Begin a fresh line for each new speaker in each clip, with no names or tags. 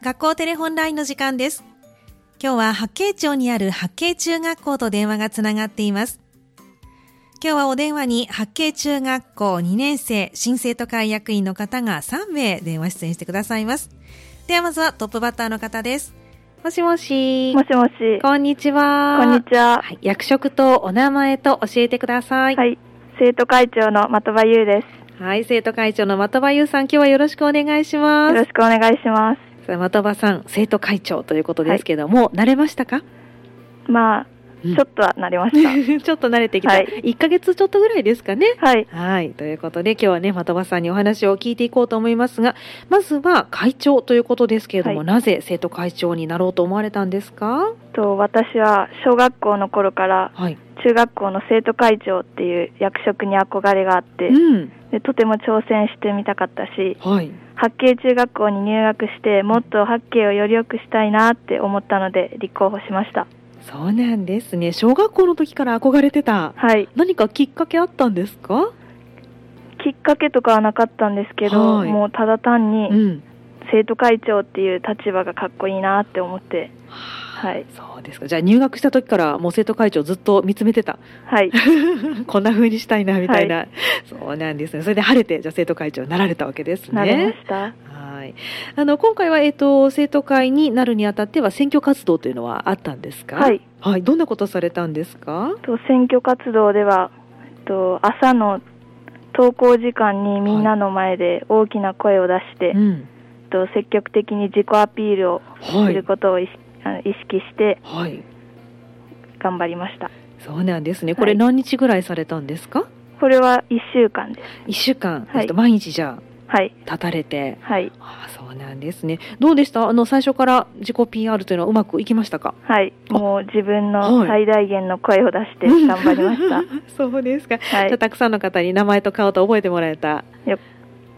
学校テレホンラインの時間です。今日は八景町にある八景中学校と電話がつながっています。今日はお電話に八景中学校2年生新生徒会役員の方が3名電話出演してくださいます。ではまずはトップバッターの方です。もしもし。
もしもし。
こんにちは。
こんにちは。
はい、役職とお名前と教えてください。
はい。生徒会長の的場優です。
はい、生徒会長の的場優さん、今日はよろしくお願いしま
よろ
す。
しくお願いします。
さあ的場さん、生徒会長ということですけども、慣れましたか
まあ、
うん
ちょっとはなりま
ち
し た。
ょっと慣れてきた。
はい
1ヶ月ちょっとぐらいですかね。
はい。
はい、ということで今日はね、的場さんにお話を聞いていこうと思いますが、まずは会長ということですけれども、
はい
なぜ生徒会長になろうと思われたんですか
と私は小学校の頃から
はい。
中学校の生徒会長っていう役職に憧れがあって、
うん。
でとても挑戦してみたかったし、
はい。
八景中学校に入学してもっと八景をより良くしたいなって思ったので立候補しました。
そうなんですね。小学校の時から憧れてた。
はい。
何かきっかけあったんですか
きっかけとかはなかったんですけど、
はい
もうただ単に、
ん。
生徒会長っていう立場がかっこいいなって思って。
はいそうですか。じゃあ入学した時からもう生徒会長ずっと見つめて た。
はい
こんな風にしたいなみたいな、そうなんですね。それで晴れてじゃあ生徒会長になられたわけです
なりま
ね。
した、
はい。あの今回はえっ、と生徒会になるにあたっては選挙活動というのはあったんですか。
はい。
はい。どんなことされたんですか。
と選挙活動ではえっと朝の登校時間にみんなの前で大きな声を出して、
うん。
えっと積極的に自己アピールを
は
する
い。
ことを意識,あの、意識して
はい。
頑張りました
そうなんですね。これ
はい
何日ぐらいされたんですか。
これは1週間です
一週間。
はい
えっと毎日じゃあ
はい
立たれて。
はい
ああそうなんですね。どうでしたあの最初から自己 PR というのはうまくいきましたか
はいもう自分
は
の
い
最大限の声を出して頑張りました、
そうですか、
はい
じゃあたくさんの方に名前と顔と覚えてもらえた、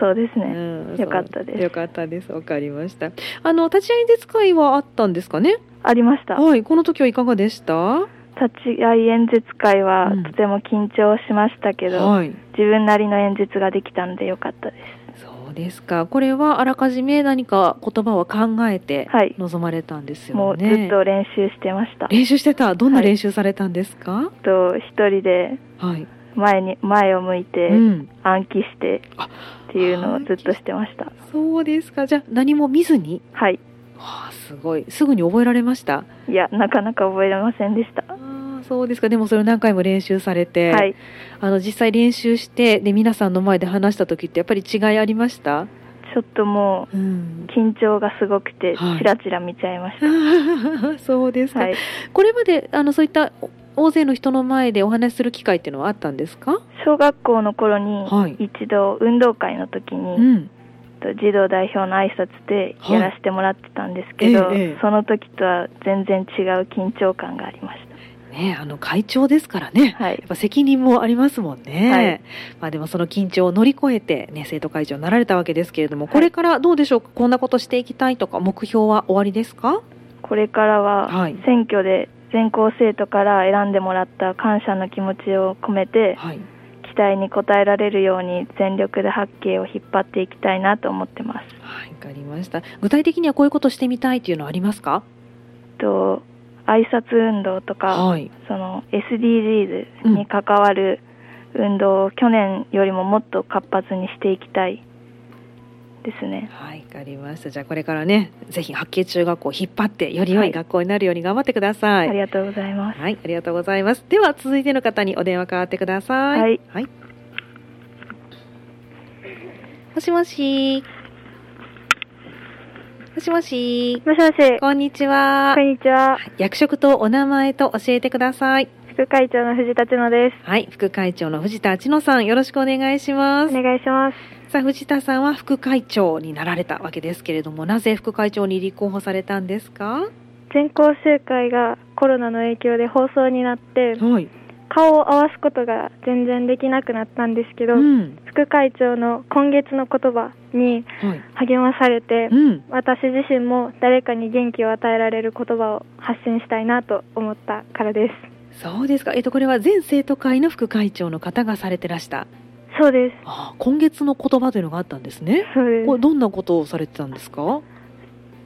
そうですね、
うん
よかったです
よかったですわかりましたあの立ち会い演説会はあったんですかね
ありました
はいこの時はいかがでしたは
立ち会い演説会は
うん
とても緊張しましたけど、
い
自分なりの演説ができたので良かったで
そうですかこれはあらかじめ何か言葉を考えて
はい
臨まれたんです
す。
よね、
もうずっと練習してました。えっ
練習してたどんな練習されたんですか
と一人で
はい、
前に前を向いて
うん
暗記して
あ
っていうのをずっとしてました。
そうですかじゃあ何も見ずに
はい。
はあすごいすぐに覚えられました
いやなかなか覚えれませんでした。
あーそうですかでもそれを何回も練習されて、
はい。
あの実際練習してで皆さんの前で話した時ってやっぱり違いありました、
ちょっとも
う、
うん緊張がすごくて
はい
チラチラ見ちゃいまし
そうです
た。
か、
はい。
これまであのそういったお大勢の人の前でお話しする機会っていうのはあったんですか、
小学校の頃に
はい
一度運動会の時に、
うん、
と児童代表の挨拶でやらせてもらってたんですけど、
はいええええ
その時とは全然違う緊張感がありまし
ねあの会長ですからね
た。はい
やっ、ぱ責任もありますもんね、
はい
まあ、でもその緊張を乗り越えて、ね、生徒会長になられたわけですけれども
はい
これからどうでしょうか、こんなことしていきたいとか目標は終わりですか
これから
は
はい選挙で全校生徒から選んでもらった感謝の気持ちを込めて
はい
期待に応えられるように全力で八景を引っ張っていきたいなと思ってます。
はい、わかりました。具体的にはこういうことしてみたいというのはありますか？
と挨拶運動とか
い。
その SDGs に関わる運動を去年よりももっと活発にしていきたいですね。
はい、わかりました。じゃあこれからね、ぜひ八景中学校を引っ張ってより良
はいい
学校になるように頑張ってください。は
あ
い、
りがとうございます。
ありがとうございます。では続いての方にお電話代わってください。
はい。
もしもし。もしもし。
もしもし、
こんにちは
こ。んにちは。
役職とお名前と教えてください。
副会長の藤田千乃です。
はい、副会長の藤田千乃さん、よろしくお願いします
お。願いします。
さあ藤田さんは副会長になられたわけですけれどもなぜ副会長に立候補されたんですか
全校集会がコロナの影響で放送になって、
はい、
顔を合わすことが全然できなくなったんですけど、
うん
副会長の今月の言葉に
はい
励まされて
う、ん、
私自身も誰かに元気を与えられる言葉を発信したいなと思ったからです。
そうですか、えっと、これは全生徒会の副会長の方がされてらした
そうです。
ああ今月の言葉というのがあったんですね
そうで
これどんなことをされてたんですか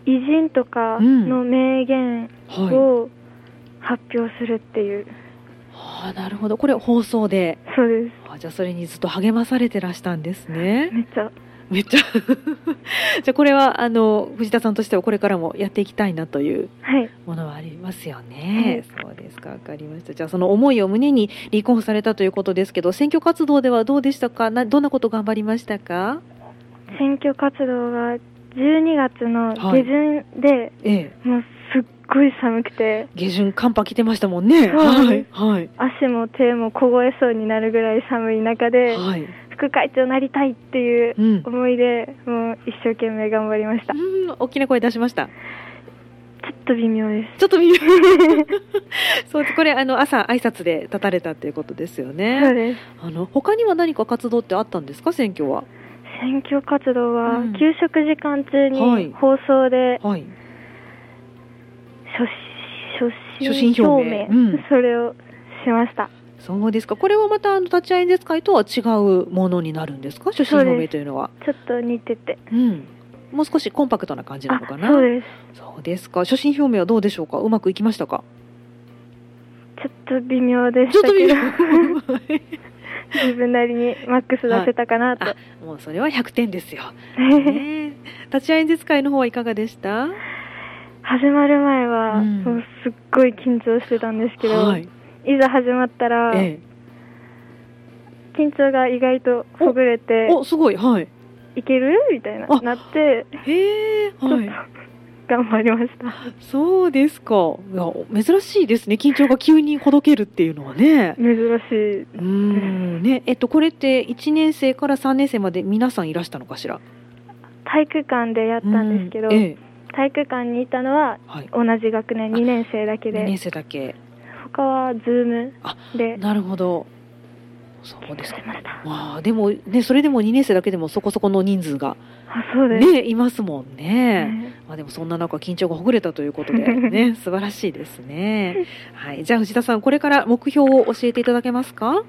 す。偉人とかの名言
はい
を発表するっていう、
ああなるほどこれ放送で
そうです
あーじゃあそれにずっと励まされてらしたんですね
めっちゃ
めっちゃ じゃあこれはあの藤田さんとしてはこれからもやっていきたいなという
はい
ものはありますよね、そうですかわかりましたじゃあその思いを胸に離婚されたということですけど選挙活動ではどうでしたかなどんなこと頑張りましたか
選挙活動が12月の下旬で、
ええ
もうすっごい寒くて
下旬寒波来てましたもんね
そう
はい
で
はい
足も手も凍えそうになるぐらい寒い中で
はい
副会長になりたいっていう
うん、
思いでもう一生懸命頑張りました
う
ち
ん、大きな声出しました
ょっと微妙です
ちょっと微 妙そうですこれあの朝挨拶で立たれたっていうことですよ
そう
ね
です
あの他には何か活動ってあったんですか選挙は
選挙活動は
うん
給食時間中
はい
に放送で
はい
初
所
初
信
心
表
表
明
明
うん
それをしました
そうですかこれはまたあの立ち会い演説会とは違うものになるんですか初心
そうです
表明というのは
ちょっと似てて
うん、もう少しコンパクトな感じな
あ
のかな
そうです
そうですか初心表明はどうでしょうかうまくいきましたか
ちょっと微妙で
ちょ
し
っと
た
見
け
る
ど 自分なりにマックス出せたかなと、
はい もうそれは100点です よ、ねえ、立ち会い演説会の方はいかがでした
始まる前は、
うん
もうすっごい緊張してたんですけど、、
はいい、
ざ始まったら、
え
緊張が意外とほぐれ
え、
て
おすごいはい
いけるみたいな
あ
なって
へえは
ちょ
い
頑張りました
そうですかいや珍しいですね緊張が急にほどけるっていうのはね
珍し
うーんねえっとこれって1年生から3年生まで皆さんいらしたのかしら
い体育館でやったんですけど、
うええ
体育館にいたのは
はい、
同じ学年2年生だけ
2
で
年生だけ
他はズーム
あ
で
なるほどそうですか
しました
わあでもねそれでも2年生だけでもそこそこの人数が
あそうです、
ねいますもんね、
ね
まあでもそんな中緊張がほぐれたということでね素晴らしいですねはいじゃあ藤田さんこれから目標を教えていただけますか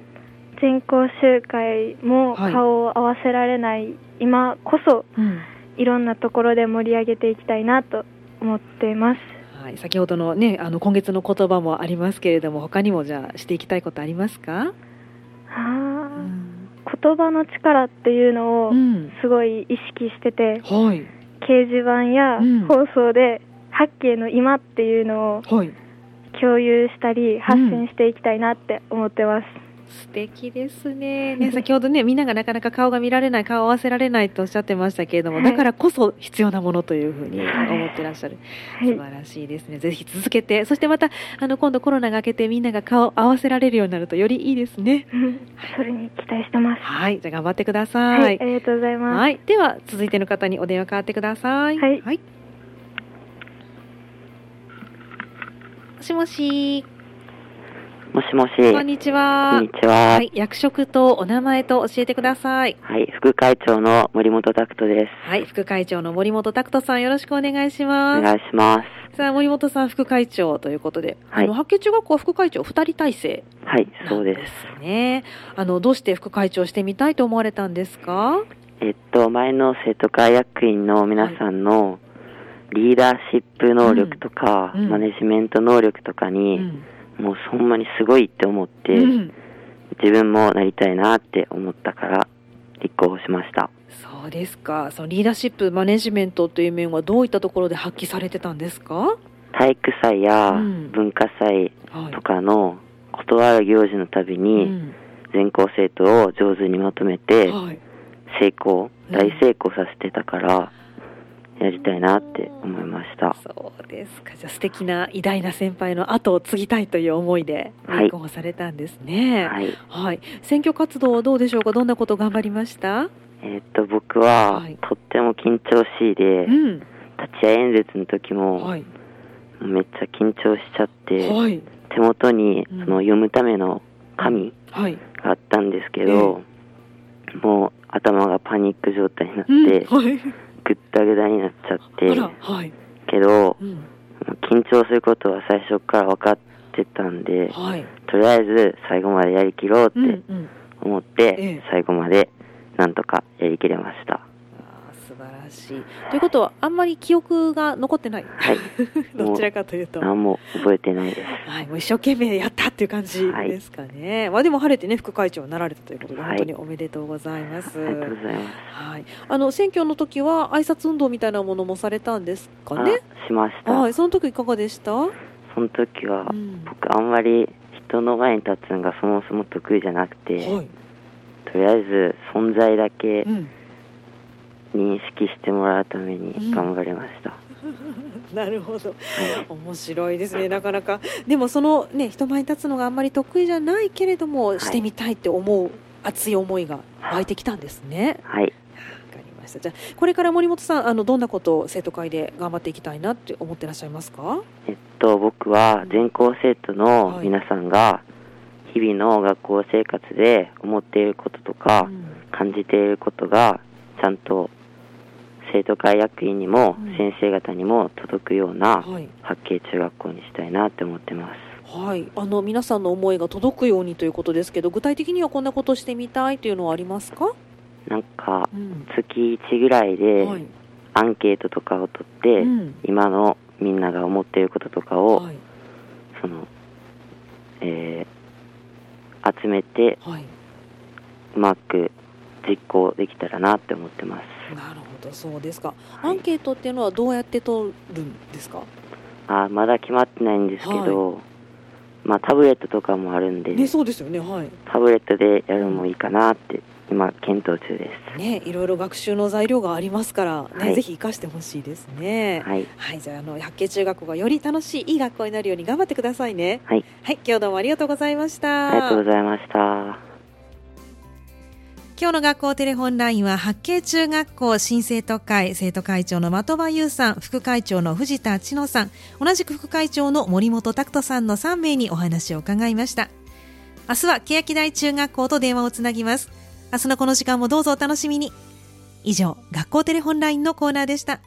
全校集会も
はい
顔を合わせられない、今こそ
うん
いろんなところで盛り上げていきたいなと思っています
はい先ほどのねあの今月の言葉もありますけれども他にもじゃあしていきたいことありますか
あ
う
ー
ん、
言葉の力っていうのを
うん
すごい意識してて、
はい
掲示板や
うん
放送で八景の今っていうのを
はい
共有したり発信していきたいなって思ってます、
素敵ですね ね先ほどねみんながなかなか顔が見られない顔を合わせられないとおっしゃってましたけれども、
はい
だからこそ必要なものというふうに
はい
思ってらっしゃる、素
はい
晴らしいですねぜひ続けてそしてまたあの今度コロナが明けてみんなが顔を合わせられるようになるとよりいいですね
うん それに期待してます
はいじゃあ頑張ってくだ
は
さ
い、
い、
ありがとうございます、
はい、では続いての方にお電話変わってください。
はい
もしもし、
もしもし。
こんにちは。
こんにちは。
は
はい、
い、役職とお名前と教えてください。
副会長の森本拓人です。
はい、副会長の森本拓人さん、よろしくお願いし
お
ます。
願いします。
さあ、森本さん、副会長ということで、
はい
あの、八景中学校は副会長二人体制
はい、
な
そ
ん
う
で
です。
すね。あの、どうして副会長してみたいと思われたんですか
えっと、前の生徒会役員の皆さんのリーダーシップ能力とか、
うんうん
マネジメント能力とか
う
に、
ん。
もうほんまにすごいって思って、
うん
自分もなりたいなって思ったから、立候補しました。
そうですか。そのリーダーシップ、マネジメントという面はどういったところで発揮されてたんですか
体育祭や
うん
文化祭
はい
とかの断る行事のたび
う
に、
ん
全校生徒を上手にまとめて、
はい、
成功
うん
大成功させてたからやりたいなって思いました
そうですかじゃあ素敵な偉大な先輩の後を継ぎたいという思いで
はい
立候補されたんですね、はい
はい
選挙活動はどうでしょうかどんなこと頑張りました
えーっと僕は
はい
とっても緊張しいで
うん
立ち会い演説の時も
はい
めっちゃ緊張しちゃって
はい
手元に
うん
その読むための紙
はい
があったんですけどもう頭がパニック状態になって
はい
ぐったぐだになっち
あ
ゃって
らはい
けど
うん
緊張することは最初から分かってたんで
はい
とりあえず最後までやりきろうっ
うんう
て
ん
思っ
ええ
て最後までなんとかやりきれました
あー素晴ららしい。ということは、あんまり記憶が残ってない。
はい
どちらかというと。
何も覚えてないです。
はい、もう一生懸命やったっていう感じ
はい
ですかね。まあでも晴れてね副会長になられたということで
はい
本当におめでとうございます。
あ
は
り
い
が、とうございます。
あの選挙の時は挨拶運動みたいなものもされたんですかね。
あしました。
はい、その時いかがでした？
その時は、
うん
僕あんまり人の前に立つのがそもそも得意じゃなくて、
はい。
とりあえず存在だけ
うん。
認識してもらうため
うん
に頑張りました。
なるほど。
はい
面白いですね。なかなかでもそのね人前に立つのがあんまり得意じゃないけれども、
い
してみたいって思う熱い思いが湧いてきたんですね。
はい。
わかりました。じゃあこれから森本さんあのどんなことを生徒会で頑張っていきたいなって思ってらっしゃいますか？
えっと僕は全校生徒の皆さんが日々の学校生活で思っていることとか、
うん
感じていることがちゃんと生徒会役員にも
うん
先生方にも届くような
はい。
八景中学校にしたいなって思ってます。
はい。あの皆さんの思いが届くようにということですけど、具体的にはこんなことしてみたいというのはありますか？
なんか
うん。
月1ぐらいで
はい。
アンケートとかを取って、
うん。
今のみんなが思っていることとかを、
はい。
その、えー集めて
はい。
うまく実行できたらなって思ってます。
なるほど、そうですか。
い
アンケートっていうのはどうやって取るんですか。
あーまだ決まってないんですけど、まあタブレットとかもあるんで、
ね、そうですよね。はい。
タブレットでやるのもいいかなって今検討中で
ね、いろいろ学習の材料がありますから、ね、
はい
ぜひ活かしてほしいですね
す。。はい、
はい、じゃあ、あの、百景中学校がより楽しい、いい学校になるように頑張ってくださいね。
はい。
はい、今日どうもありがとうございました。
ありがとうございました。
今日の学校テレホンラインは八景中学校新生徒会生徒会長の的場優さん副会長の藤田千乃さん同じく副会長の森本拓人さんの3名にお話を伺いました明日は欅台中学校と電話をつなぎます明日のこの時間もどうぞお楽しみに以上学校テレホンラインのコーナーでした